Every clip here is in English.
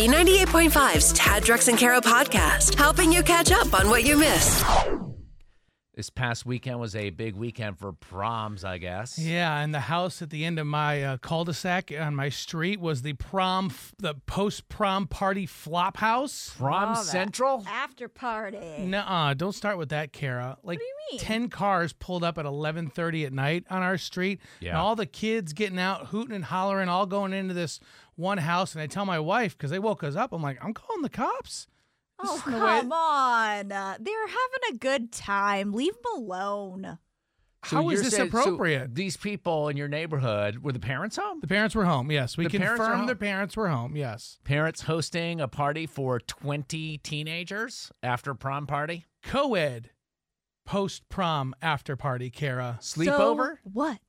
B98.5's Tad Drex and Kara podcast, helping you catch up on what you missed. This past weekend was a big weekend for proms, I guess. Yeah, and the house at the end of my uh, cul-de-sac on my street was the prom, f- the post-prom party flop house. Prom All that. Central? After party. Nuh-uh, don't start with that, Kara. Like you mean? ten cars pulled up at 11:30 at night on our street, and Yeah. all the kids getting out, hooting and hollering, all going into this one house. And I tell my wife because they woke us up. I'm like, I'm calling the cops. This Oh, isn't the way- come on. Uh, they're having a good time. Leave them alone. How is you're this saying- so appropriate? these people in your neighborhood were the parents home? The parents were home. Yes, we The parents are confirmed home. the parents were home. Yes. Parents hosting a party for 20 teenagers after prom party? Co-ed post-prom after party, Kara. Sleepover? So what?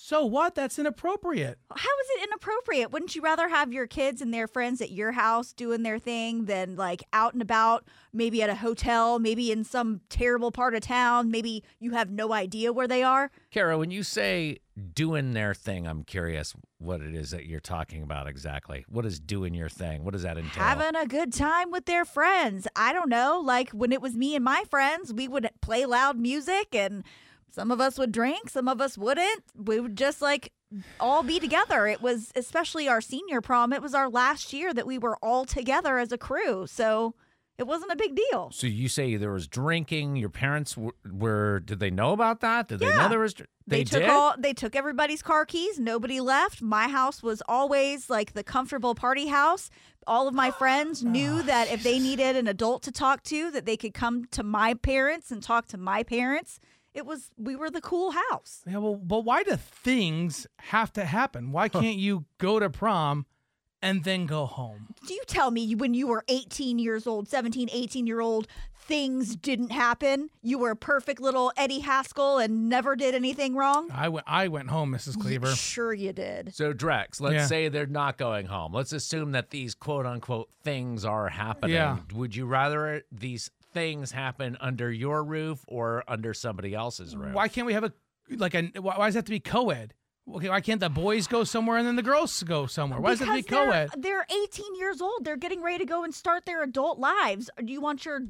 So what? That's inappropriate. How is it inappropriate? Wouldn't you rather have your kids and their friends at your house doing their thing than like out and about, maybe at a hotel, maybe in some terrible part of town? Maybe you have no idea where they are. Kara, when you say doing their thing, I'm curious what it is that you're talking about exactly. What is doing your thing? What does that entail? having a good time with their friends. I don't know, like when it was me and my friends, we would play loud music and some of us would drink, some of us wouldn't. We would just like all be together. It was especially our senior prom. It was our last year that we were all together as a crew. So it wasn't a big deal. So you say there was drinking. Your parents were, were did they know about that? Did they know Yeah. there was? dr- They, took did. all they took everybody's car keys, nobody left. My house was always like the comfortable party house. All of my friends Oh, knew that if they needed an adult to talk to, that they could come to my parents and talk to my parents. It was we were the cool house. Yeah, well, but why do things have to happen? Why can't you go to prom and then go home? Do you tell me you- when you were 18 years old, 17, 18 year old, things didn't happen? You were a perfect little Eddie Haskell and never did anything wrong? I went. I went home, Mrs. Cleaver. Sure you did. So Drex, let's Yeah. say they're not going home. Let's assume that these quote unquote things are happening. Yeah. Would you rather it- these things happen under your roof or under somebody else's roof? Why can't we have a like a? Why, why does it have to be co-ed? Okay, why can't the boys go somewhere and then the girls go somewhere? Why does it have to be Because co-ed? they're- They're, 18 years old. They're getting ready to go and start their adult lives. Do you want your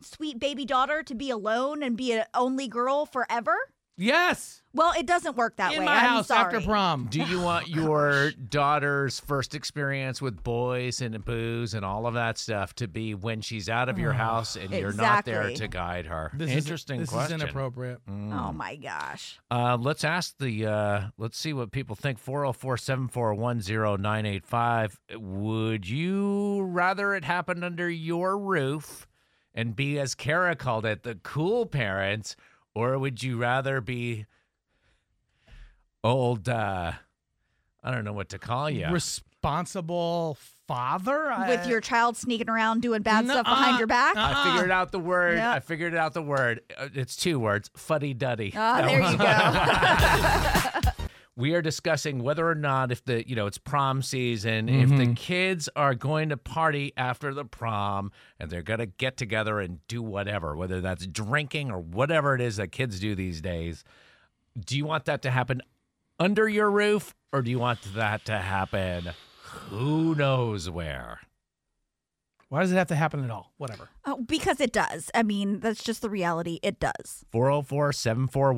sweet baby daughter to be alone and be an only girl forever? Yes, Well, it doesn't work that in way. my I'm house sorry. after prom. Do you want your daughter's first experience with boys and booze and all of that stuff to be when she's out of your house and you're not there to Exactly. guide her? This Interesting Is, this question. Mm. is inappropriate. Oh my gosh. Uh, let's ask the, uh, let's see what people think. 404 741 985. Would you rather it happened under your roof and be, as Kara called it, the cool parents, or would you rather be old, uh, I don't know what to call you? Responsible father With I- your child sneaking around doing bad stuff Nuh-uh. behind your back? Nuh-uh. I figured Ah. out the word. Yeah. I figured out the word. Uh, It's two words. Fuddy duddy. Ah, there you go. we are discussing whether or not if the you know it's prom season if the kids are going to party after the prom and they're going to get together and do whatever whether that's drinking or whatever it is that kids do these days do you want that to happen under your roof or do you want that to happen who knows where Why does it have to happen at all? Whatever. Oh, because it does. I mean, that's just the reality. It does.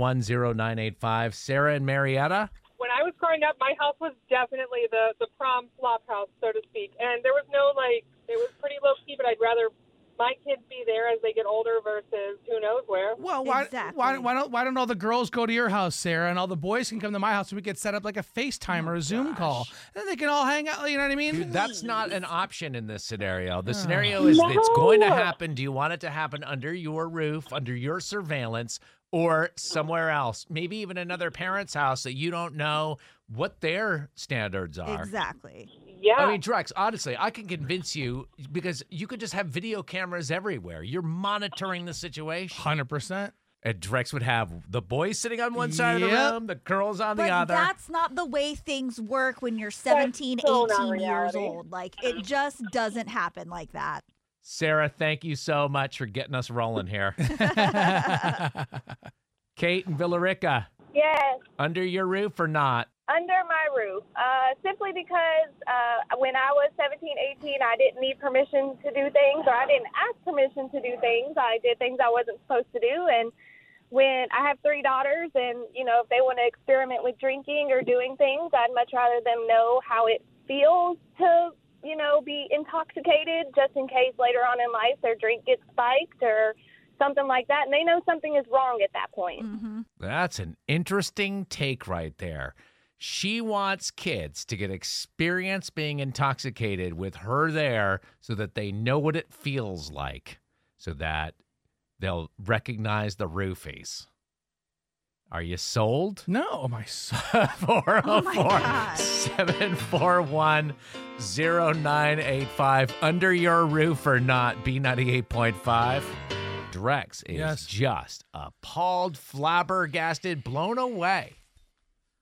404-741-0985 sarah and marietta when I was growing up, my house was definitely the the prom flop house, so to speak. And there was no like, it was pretty low key. But I'd rather my kids be there as they get older versus who knows where. Well, why, why, Exactly. why don't why don't all the girls go to your house, Sarah, and all the boys can come to my house and we could set up like a FaceTime Oh, or a Zoom call, and they can all hang out. You know what I mean? Dude, that's not an option in this scenario. The scenario is that it's going to happen. Do you want it to happen under your roof, under your surveillance, or somewhere else? Maybe even another parent's house that you don't know what their standards are. Exactly. Yeah, I mean, Drex, honestly, I can convince you because you could just have video cameras everywhere. You're monitoring the situation. hundred percent. And Drex would have the boys sitting on one side of Yep. the room, the girls on But the other. that's not the way things work when you're 17, still not 18 years reality. old. Like, it just doesn't happen like that. Sarah, thank you so much for getting us rolling here. Kate and Villarica. Yes. under your roof or not? Under my roof, uh, simply because uh, when I was 17, 18, I didn't need permission to do things, or I didn't ask permission to do things. I did things I wasn't supposed to do, and when I have three daughters, and you know, if they want to experiment with drinking or doing things, I'd much rather them know how it feels to, you know, be intoxicated, just in case later on in life their drink gets spiked or something like that, and they know something is wrong at that point. That's an interesting take right there. She wants kids to get experience being intoxicated with her there so that they know what it feels like, so that they'll recognize the roofies. Are you sold? No, oh my son. 404 God. 741 0985. Under your roof or not, B98.5. Drex is Yes. just appalled, flabbergasted, blown away.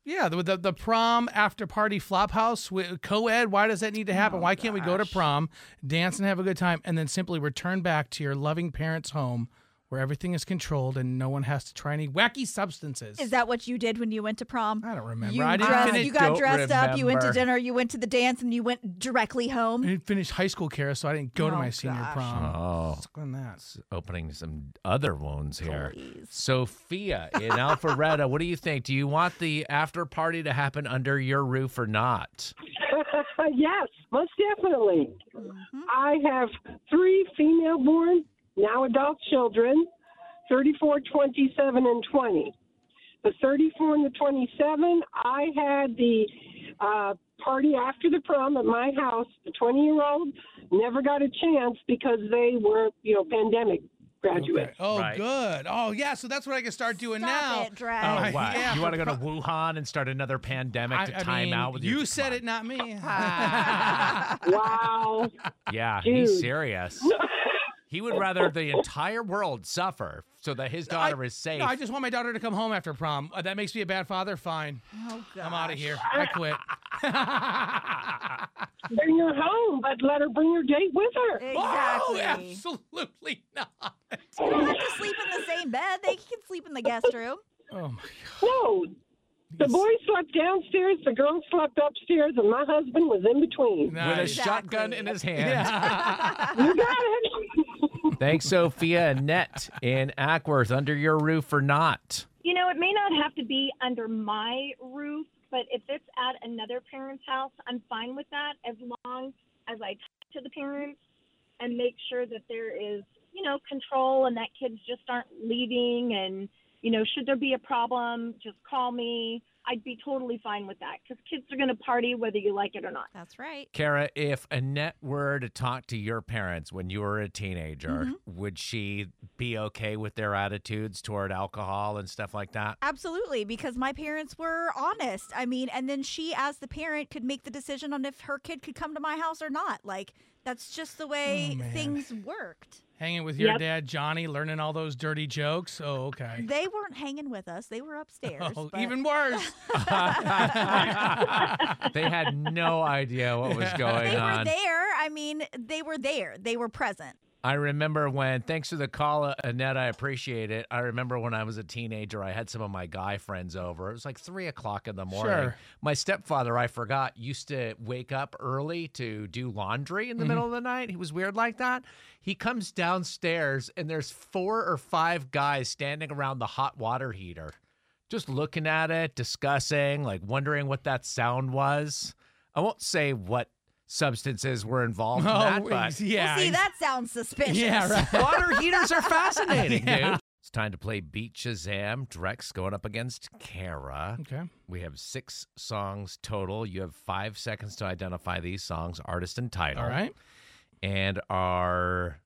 Yeah, the, the the prom after party flop house with co-ed. Why does that Oh, need to happen? why can't we go to prom, dance and have a good time, and then simply return back to your loving parents' home where everything is controlled and no one has to try any wacky substances? Is that what you did when you went to prom? I don't remember. You, I didn't dressed- finish- you got don't dressed up, you went to remember. dinner, you went to the dance, and you went directly I home. didn't finish high school, Kara, so I didn't go to Oh, my senior gosh. prom. Oh, Suck on that. it's opening some other wounds here. Please. Sophia in Alpharetta, what do you think? Do you want the after party to happen under your roof or not? Uh, yes, most definitely. I have three female born, now adult children 34, 27, and 20. The 34 and the 27, I had the uh, party after the prom at my house. The 20 year old never got a chance because they were, you know, pandemic graduates. Okay. Oh, Right. good. Oh, yeah. So that's what I can start doing Stop now. it, Drag. Oh, Oh, what? yeah, you want to go to Wuhan and start another pandemic I, to I time mean, out with your you said Come it, not me. Wow. on. Yeah, he's Dude. serious. He would rather the entire world suffer so that his daughter is safe. No, I just want my daughter to come home after prom. Uh, that makes me a bad father. Fine. Oh, God. I'm out of here. I quit. bring her home, but let her bring her date with her. Oh, Exactly. absolutely not. They don't have to sleep in the same bed. They can sleep in the guest room. Oh, my No. The boys slept downstairs, the girls slept upstairs, and my husband was in between. God. with a Nice. shotgun in his hand. You got it. Thanks, Sophia. Annette in Ackworth, under your roof or not. You know, it may not have to be under my roof, but if it's at another parent's house, I'm fine with that as long as I talk to the parents and make sure that there is, you know, control and that kids just aren't leaving. And, you know, should there be a problem, just call me. I'd be totally fine with that because kids are going to party whether you like it or not. That's right. Kara, if Annette were to talk to your parents when you were a teenager, Mm-hmm. would she be okay with their attitudes toward alcohol and stuff like that? Absolutely, because my parents were honest. I mean, and then she, as the parent, could make the decision on if her kid could come to my house or not. Like, that's just the way Oh, man. things worked. Hanging with your Yep. dad, Johnny, learning all those dirty jokes. Oh, okay. They weren't hanging with us, they were upstairs. Oh, but- even worse. they had no idea what was going They were on. there. I mean, they were there. They were present. I remember when, thanks for the call, uh, Annette, I appreciate it. I remember when I was a teenager, I had some of my guy friends over. It was like three o'clock in the morning. Sure. My stepfather, I forgot, used to wake up early to do laundry in Mm-hmm. the middle of the night. He was weird like that. He comes downstairs, and there's four or five guys standing around the hot water heater, just looking at it, discussing, like wondering what that sound was. I won't say what substances were involved in that, Oh, but. yeah. well, see, that sounds suspicious. yeah, right. Water heaters are fascinating, dude. It's time to play Beat Shazam. Drex going up against Kara. Okay. We have six songs total. You have five seconds to identify these songs, artist and title. All right. And our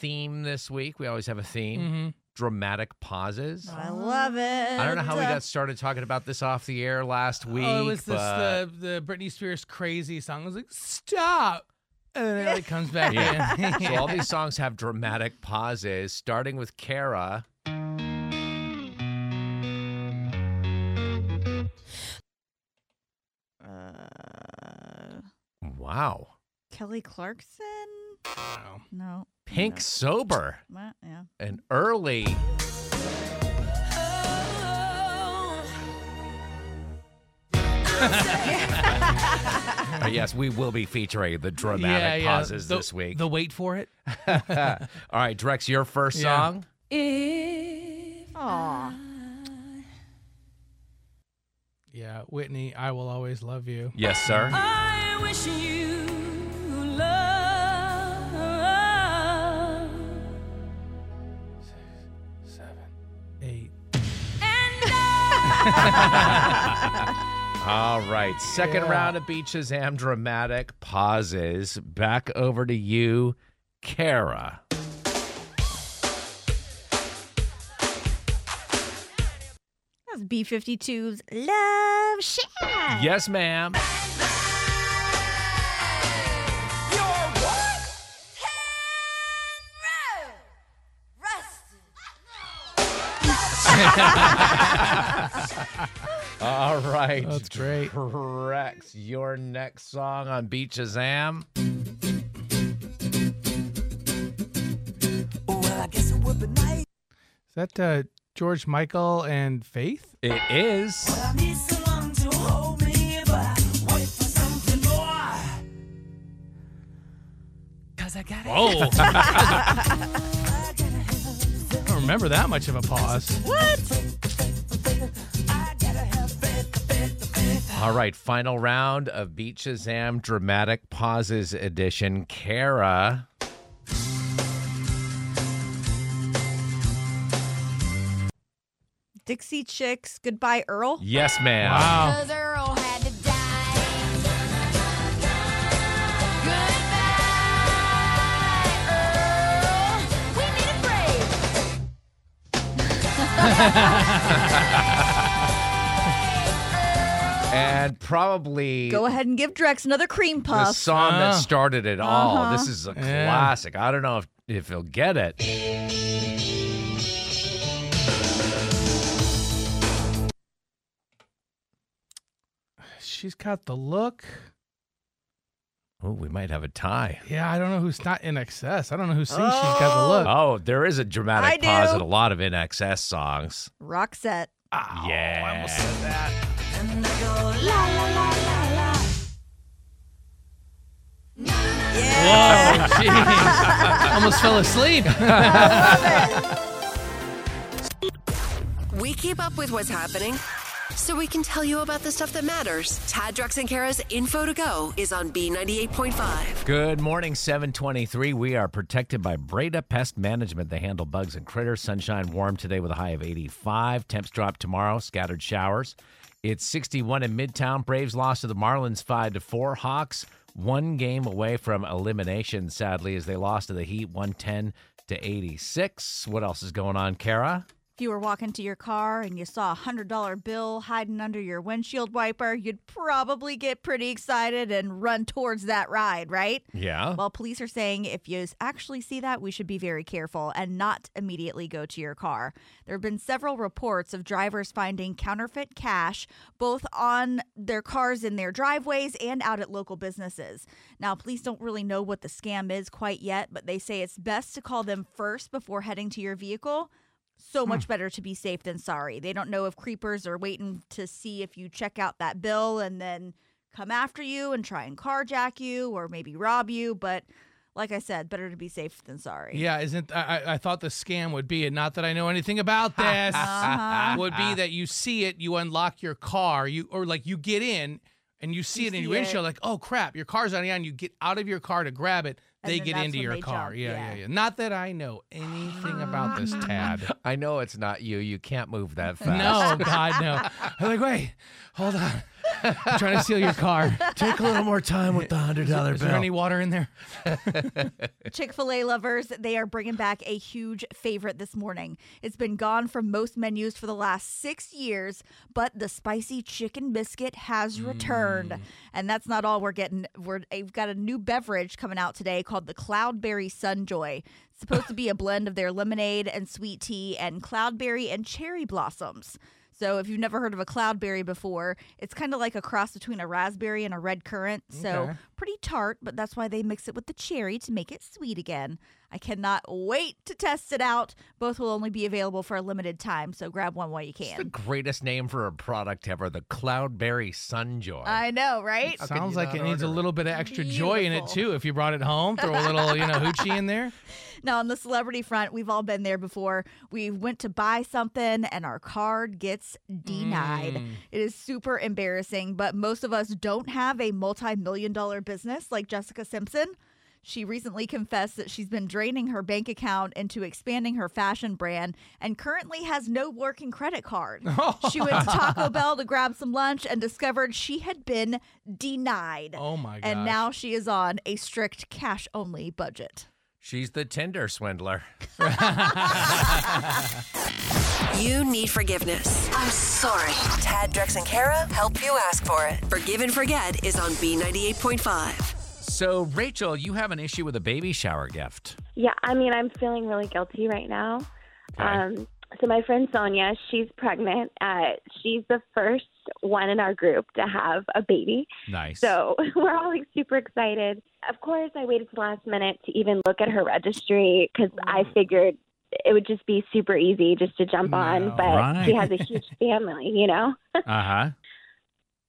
theme this week, we always have a theme Mm-hmm. dramatic pauses. I love it. I don't know how we got started talking about this off the air last week. oh, it was this but- the the Britney Spears crazy song. I was like, stop, and then it like, comes back Yeah. in. so all these songs have dramatic pauses, starting with Kara. Uh, Wow. Kelly Clarkson? Wow. No. Pink Sober. What? Yeah. an early. Uh, yes, we will be featuring the yeah, dramatic yeah. pauses the, this week. The wait for it. All right, Drex, your first Yeah. song. Aw. Yeah, Whitney, I will always love you. Yes, sir. I wish you love Seven, eight. and I All right, second Yeah. round of Beach Shazam dramatic pauses. Back over to you, Kara. That's B52's Love Shack. Yes, ma'am. All right. That's great. Drex, your next song on Beach Shazam. Is that uh, George Michael and Faith? It is. need someone to hold me, but I wait for something more. Cause I got Oh. I don't remember that much of a pause. All right, final round of Beat Shazam Dramatic Pauses Edition. Kara. Dixie Chicks, Goodbye Earl. Yes, ma'am. Wow. Earl had to die. Goodbye, Earl. We need a break. And probably Go ahead and give Drex another cream the puff. song that Uh, started it all. uh-huh. This is a classic. I don't know if, if he'll get it. She's got the look. Oh, we might have a tie. Yeah, I don't know who's not in excess. I don't know who sings. She's got the look. Oh, there is a I dramatic do. pause in a lot of in excess songs. Roxette. yeah. Whoa, Oh, jeez. Almost fell asleep. We keep up with what's happening so we can tell you about the stuff that matters. Tad, Drex, and Kara's info to go is on B98.5. Good morning, 723. We are protected by Breda Pest Management. They handle bugs and critters. Sunshine warm today with a high of 85. Temps drop tomorrow, scattered showers. It's 61 in Midtown. Braves lost to the Marlins 5 to 4. Hawks one game away from elimination, sadly, as they lost to the Heat 110 to 86. What else is going on, Kara? If you were walking to your car and you saw a $100 bill hiding under your windshield wiper, you'd probably get pretty excited and run towards that ride, right? Yeah. Well, police are saying if you actually see that, we should be very careful and not immediately go to your car. There have been several reports of drivers finding counterfeit cash both on their cars in their driveways and out at local businesses. Now, police don't really know what the scam is quite yet, but they say it's best to call them first before heading to your vehicle. So much better to be safe than sorry. They don't know if creepers are waiting to see if you check out that bill and then come after you and try and carjack you or maybe rob you. But like I said, better to be safe than sorry. Yeah, isn't I, I- I thought the scam would be it? Not that I know anything about this. Uh-huh. Would be that you see it, you unlock your car, you or like you get in and you see You it in see your windshield, like oh crap, your car's on the on. You get out of your car to grab it. And They then get that's into when your they car. jump, Yeah, yeah. yeah, yeah. Not that I know anything about this, Tad. I know it's not you. You can't move that fast. No, God, no. I'm like, wait, hold on. I'm trying to steal your car. Take a little more time with the $100 bill. Is there any water in there? Chick fil A lovers, they are bringing back a huge favorite this morning. It's been gone from most menus for the last six years, but the spicy chicken biscuit has returned. And that's not all we're getting. We're, we've got a new beverage coming out today called the Cloudberry Sunjoy. It's supposed to be a blend of their lemonade and sweet tea and cloudberry and cherry blossoms. So if you've never heard of a cloudberry before, it's kind of like a cross between a raspberry and a red currant. So Okay. pretty tart, but that's why they mix it with the cherry to make it sweet again. I cannot wait to test it out. Both will only be available for a limited time, so grab one while you It's the can. greatest name for a product ever, the Cloudberry Sunjoy. I know, right? How can Sounds you like not it needs a order it? little bit of extra joy in it Beautiful. too. If you brought it home, throw a little, you know, hoochie in there. Now, on the celebrity front, we've all been there before. We went to buy something and our card gets denied. Mm. It is super embarrassing, but most of us don't have a multi million dollar business like Jessica Simpson. She recently confessed that she's been draining her bank account into expanding her fashion brand and currently has no working credit card. she went to Taco Bell to grab some lunch and discovered she had been denied. Oh my god! and now she is on a strict cash only budget. She's the Tinder swindler. You need forgiveness. I'm sorry. Tad, Drex, and Kara help you ask for it. Forgive and Forget is on B98.5. So, Rachel, you have an issue with a baby shower gift. Yeah, I mean, I'm feeling really guilty right now. Okay. Um, so my friend Sonia, she's pregnant. Uh, she's the first one in our group to have a baby. Nice. So we're all like super excited. Of course, I waited to the last minute to even look at her registry because I figured it would just be super easy just to jump on. Mm. No. But she Right. has a huge family, you know. uh huh.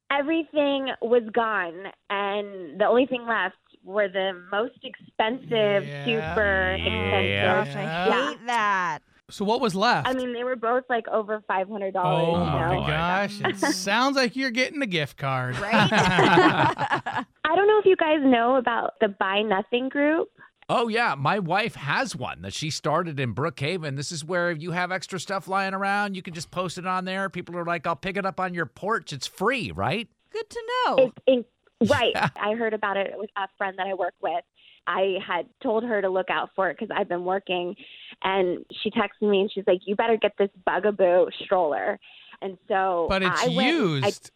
Everything was gone, and the only thing left were the most expensive, Yeah. super expensive. Yeah. Gosh, I Yeah. hate that. so what was left? I mean, they were both like over five hundred dollars. oh you my know? boy. gosh! It sounds like you're getting a gift card. Right? I don't know if you guys know about the Buy Nothing group. Oh yeah, my wife has one that she started in Brookhaven. This is where you have extra stuff lying around, you can just post it on there. People are like, "I'll pick it up on your porch. It's free, right?" Good to Oh. know. It's in- right. I heard about it with a friend that I work with. I had told her to look out for it because I've been working, and she texted me and she's like, "You better get this Bugaboo stroller." And so, But it's I went- I- used.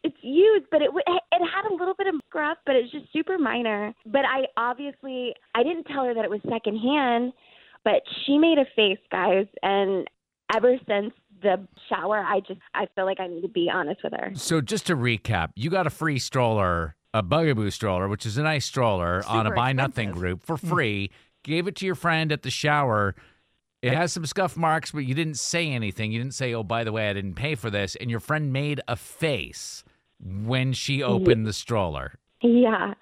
it's used, but it w- it had a little bit of scruff, but it's just super minor. But I obviously I didn't tell her that it was secondhand, but she made a face, guys, and ever since the shower, I just I feel like I need to be honest with her. So just to recap, you got a free stroller, a Bugaboo stroller, which is a nice stroller on a Super buy nothing expensive. Mm. group for free. Gave it to your friend at the shower. It has some scuff marks, but you didn't say anything. You didn't say, "Oh, by the way, I didn't pay for this." And your friend made a face when she opened the stroller. Yeah,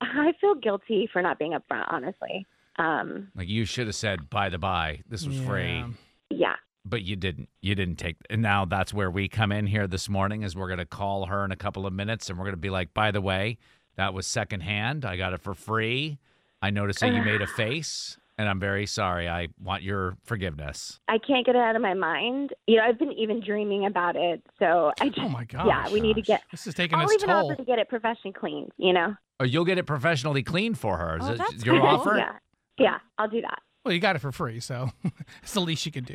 I feel guilty for not being upfront, honestly. Um, Like you should have said, by the by, this was free, Yeah. yeah, but you didn't. You didn't take. And now that's where we come in here this morning is we're gonna call her in a couple of minutes and we're gonna be like, by the way, that was secondhand. I got it for free. I noticed that you made a face, and I'm very sorry. I want your forgiveness. I can't get it out of my mind. You know, I've been even dreaming about it, so I just Oh my gosh! yeah, we need to get. This is taking I'll its even toll. offer to get it professionally cleaned. You know. Oh, you'll get it professionally cleaned for her. Is Oh, it that's your cool. offer? Yeah. Yeah, I'll do that. Well, you got it for free, so it's the least you could do.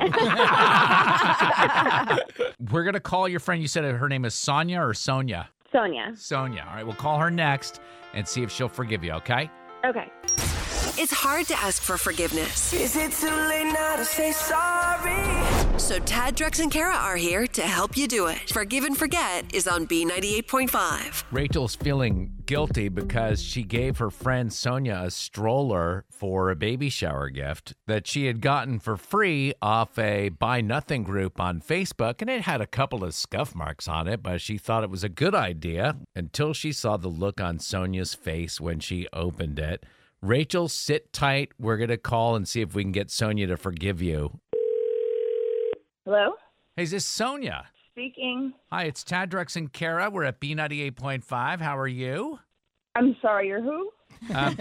We're gonna call your friend. You said her name is Sonia or Sonia. Sonia. Sonia. All right, we'll call her next and see if she'll forgive you. Okay. Okay. It's hard to ask for forgiveness. Is it too late now to say sorry? So Tad, Drex, and Kara are here to help you do it. Forgive and Forget is on B98.5. Rachel's feeling guilty because she gave her friend Sonia a stroller for a baby shower gift that she had gotten for free off a Buy Nothing group on Facebook. And it had a couple of scuff marks on it, but she thought it was a good idea until she saw the look on Sonia's face when she opened it. Rachel, sit tight. We're going to call and see if we can get Sonia to forgive you. Hello? Hey, is this Sonia? Speaking. Hi, it's Tad Drex and Kara. We're at B98.5. How are you? I'm sorry, you're who? Um,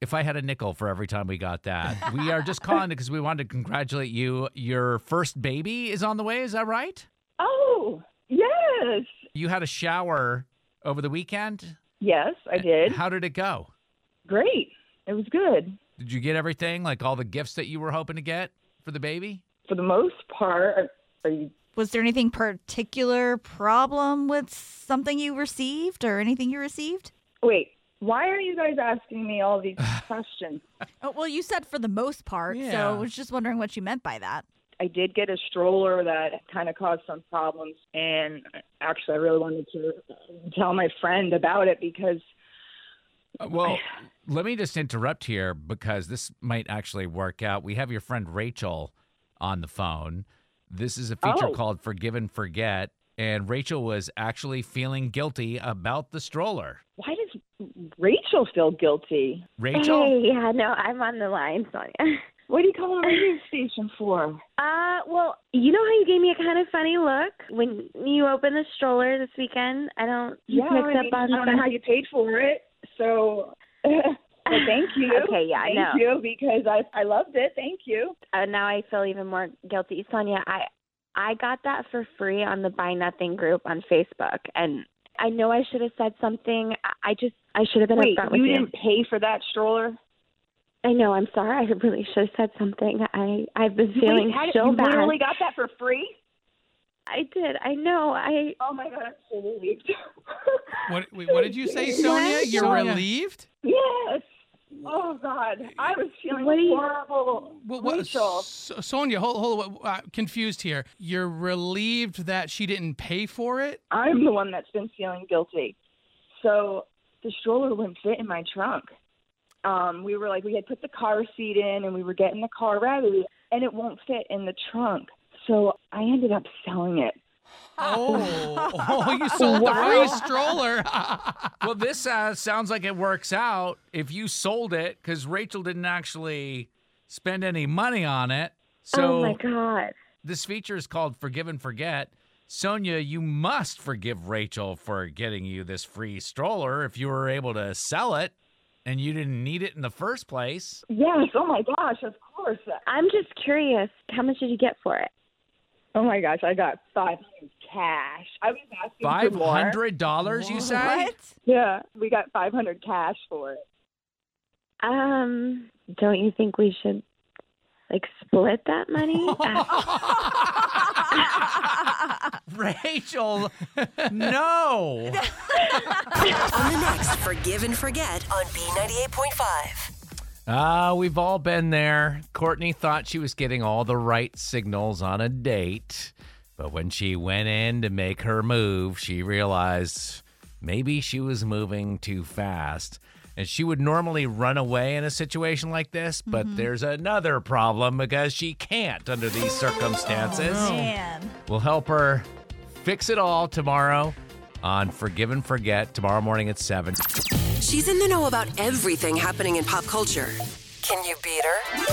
if I had a nickel for every time we got that, we are just calling because we wanted to congratulate you. Your first baby is on the way. Is that right? Oh, yes. You had a shower over the weekend. Yes, I did. How did it go? Great. It was good. Did you get everything, like all the gifts that you were hoping to get for the baby? For the most part, are you Was there anything particular problem with something you received or anything you received? Wait, why are you guys asking me all these questions? Oh, well, you said for the most part, so Yeah. I was just wondering what you meant by that. I did get a stroller that kind of caused some problems, and actually, I really wanted to tell my friend about it because Uh, Well, let me just interrupt here because this might actually work out. We have your friend Rachel on the phone. This is a feature Oh. called Forgive and Forget, and Rachel was actually feeling guilty about the stroller. why does Rachel feel guilty? Rachel? Hey, yeah, no, I'm on the line, Sonia. What do you call a radio station for? Uh, well, you know how you gave me a kind of funny look when you opened the stroller this weekend? I don't Yeah, just mix I, up mean, I on don't know how you paid for it, so. Well, thank you. Okay, yeah, I thank know. you because I I loved it. Thank you. uh, now I feel even more guilty. Sonia, I I got that for free on the Buy Nothing group on Facebook and I know I should have said something. I I just I should have been Wait, upfront with you you. didn't pay for that stroller? I know, I'm sorry. I really should have said something. I I've been feeling Wait, how did- so you bad. literally got that for free? I did. I know. I Oh my god, I'm so relieved. What, wait, what did you say, Sonia? You're Sonia. relieved? Yes. Oh god, I was feeling What do you- horrible. What, what, Rachel. So- Sonia, hold, hold, what, uh, confused here. You're relieved that she didn't pay for it? I'm the one that's been feeling guilty. So the stroller wouldn't fit in my trunk. Um, we were like, we had put the car seat in and we were getting the car ready, and it won't fit in the trunk. So I ended up selling it. Oh, oh you sold the free stroller. Well, this uh, sounds like it works out if you sold it because Rachel didn't actually spend any money on it. So Oh my god. this feature is called Forgive and Forget. Sonia, you must forgive Rachel for getting you this free stroller if you were able to sell it and you didn't need it in the first place. Yes. Oh my gosh. Of course. I'm just curious. How much did you get for it? Oh my gosh. I got five hundred cash. I was asking Five for more. hundred dollars, you say? What? Yeah, we got five hundred cash for it. Um, don't you think we should like split that money? Uh, Rachel, On no. the next Forgive and Forget on B98.5. Ah, we've all been there. Courtney thought she was getting all the right signals on a date, but when she went in to make her move, she realized maybe she was moving too fast. And she would normally run away in a situation like this, but there's another problem because she can't under these circumstances. Oh, Man. We'll help her fix it all tomorrow on Forgive and Forget, tomorrow morning at 7. She's in the know about everything happening in pop culture. Can you beat her?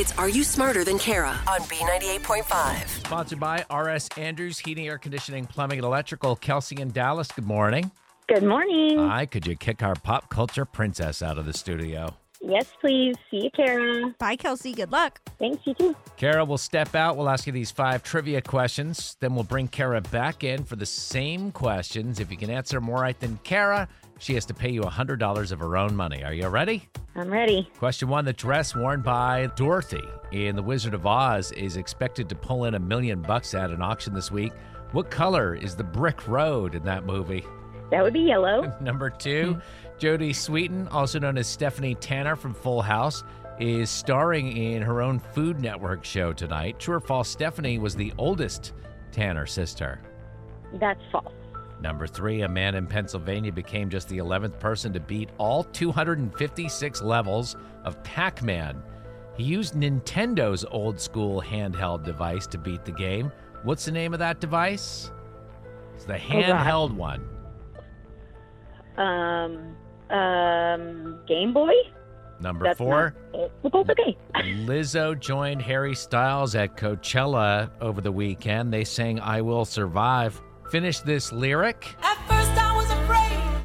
It's Are You Smarter Than Kara on B98.5. Sponsored by RS Andrews Heating, Air Conditioning, Plumbing, and Electrical. Kelsey in Dallas, good morning. Good morning. Hi, could you kick our pop culture princess out of the studio? yes, please. See you, Kara. Bye, Kelsey. Good luck. Thanks, you too. Kara will step out. We'll ask you these five trivia questions. Then we'll bring Kara back in for the same questions. If you can answer more right than Kara, she has to pay you $100 of her own money. Are you ready? I'm ready. Question one The dress worn by Dorothy in The Wizard of Oz is expected to pull in a million bucks at an auction this week. What color is the brick road in that movie? That would be yellow. Number two, Hmm. Jodie Sweetin, also known as Stephanie Tanner from Full House, is starring in her own Food Network show tonight. True or false, Stephanie was the oldest Tanner sister. That's false. Number three, a man in Pennsylvania became just the 11th person to beat all 256 levels of Pac Man. He used Nintendo's old school handheld device to beat the game. What's the name of that device? It's Oh, the handheld one. Um, um, Game Boy. Number That's four. not it. Well, that's okay. Lizzo joined Harry Styles at Coachella over the weekend. They sang I Will Survive. Finish this lyric. At first I was afraid.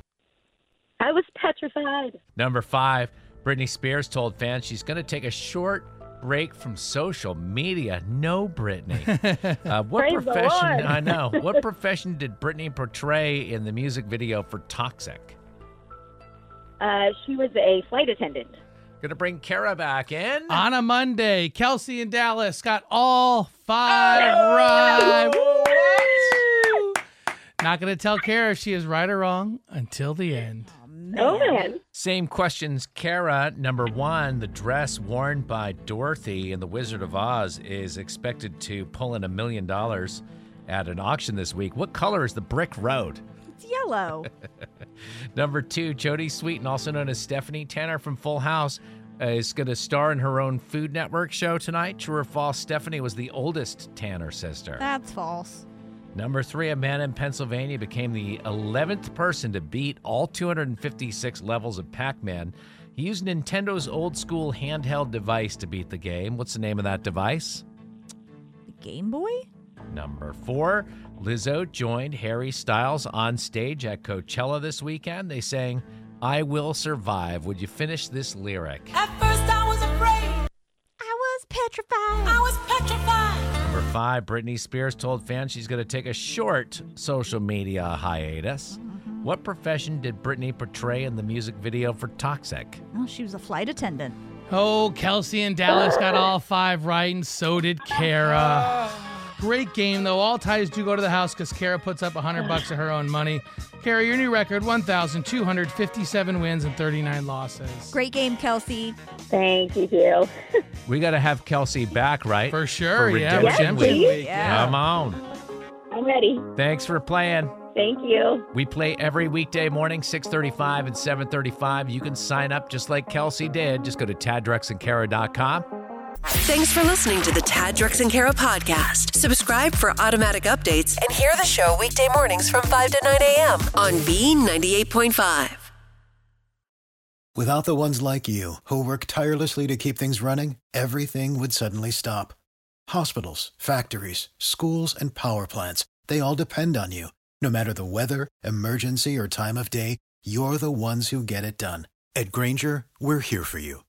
I was petrified. Number five, Britney Spears told fans she's going to take a short break from social media. No, Britney. Uh, what Praise the profession? Lord. I know. What profession did Britney portray in the music video for Toxic? Uh, she was a flight attendant. Gonna bring Kara back in. On a Monday, Kelsey and Dallas got all five right. Not going to tell Kara if she is right or wrong until the end. Oh, man. Oh man. Same questions, Kara. Number one, the dress worn by Dorothy in The Wizard of Oz is expected to pull in a million dollars at an auction this week. What color is the brick road? It's yellow. Number two, Jodie Sweetin, also known as Stephanie Tanner from Full House, uh, is going to star in her own Food Network show tonight. True or false, Stephanie was the oldest Tanner sister. That's false. Number three, a man in Pennsylvania became the 11th person to beat all 256 levels of Pac Man. He used Nintendo's old school handheld device to beat the game. What's the name of that device? The Game Boy? Number four, Lizzo joined Harry Styles on stage at Coachella this weekend. They sang, I Will Survive. Would you finish this lyric? At first I was afraid, I was petrified. I was petrified. Number five, Britney Spears told fans she's going to take a short social media hiatus. What profession did Britney portray in the music video for Toxic? Oh, she was a flight attendant. Oh, Kelsey and Dallas got all five right, and so did Kara. Great game, though. All ties do go to the house because Kara puts up 100 bucks of her own money. Kara, your new record 1,257 wins and 39 losses. Great game, Kelsey. Thank you, Jill. We got to have Kelsey back, right? For sure, For yeah. redemption Redemption week. week. Yeah. Come on. I'm ready. Thanks for playing. Thank you. We play every weekday morning, 635 and 735. You can sign up just like Kelsey did. Just go to tadrexandkara.com. Thanks for listening to the Tad Drex and Kara podcast. Subscribe for automatic updates and hear the show weekday mornings from 5 to 9 a.m. on Bean 98.5. Without the ones like you, who work tirelessly to keep things running, everything would suddenly stop. Hospitals, factories, schools, and power plants, they all depend on you. No matter the weather, emergency, or time of day, you're the ones who get it done. At Granger, we're here for you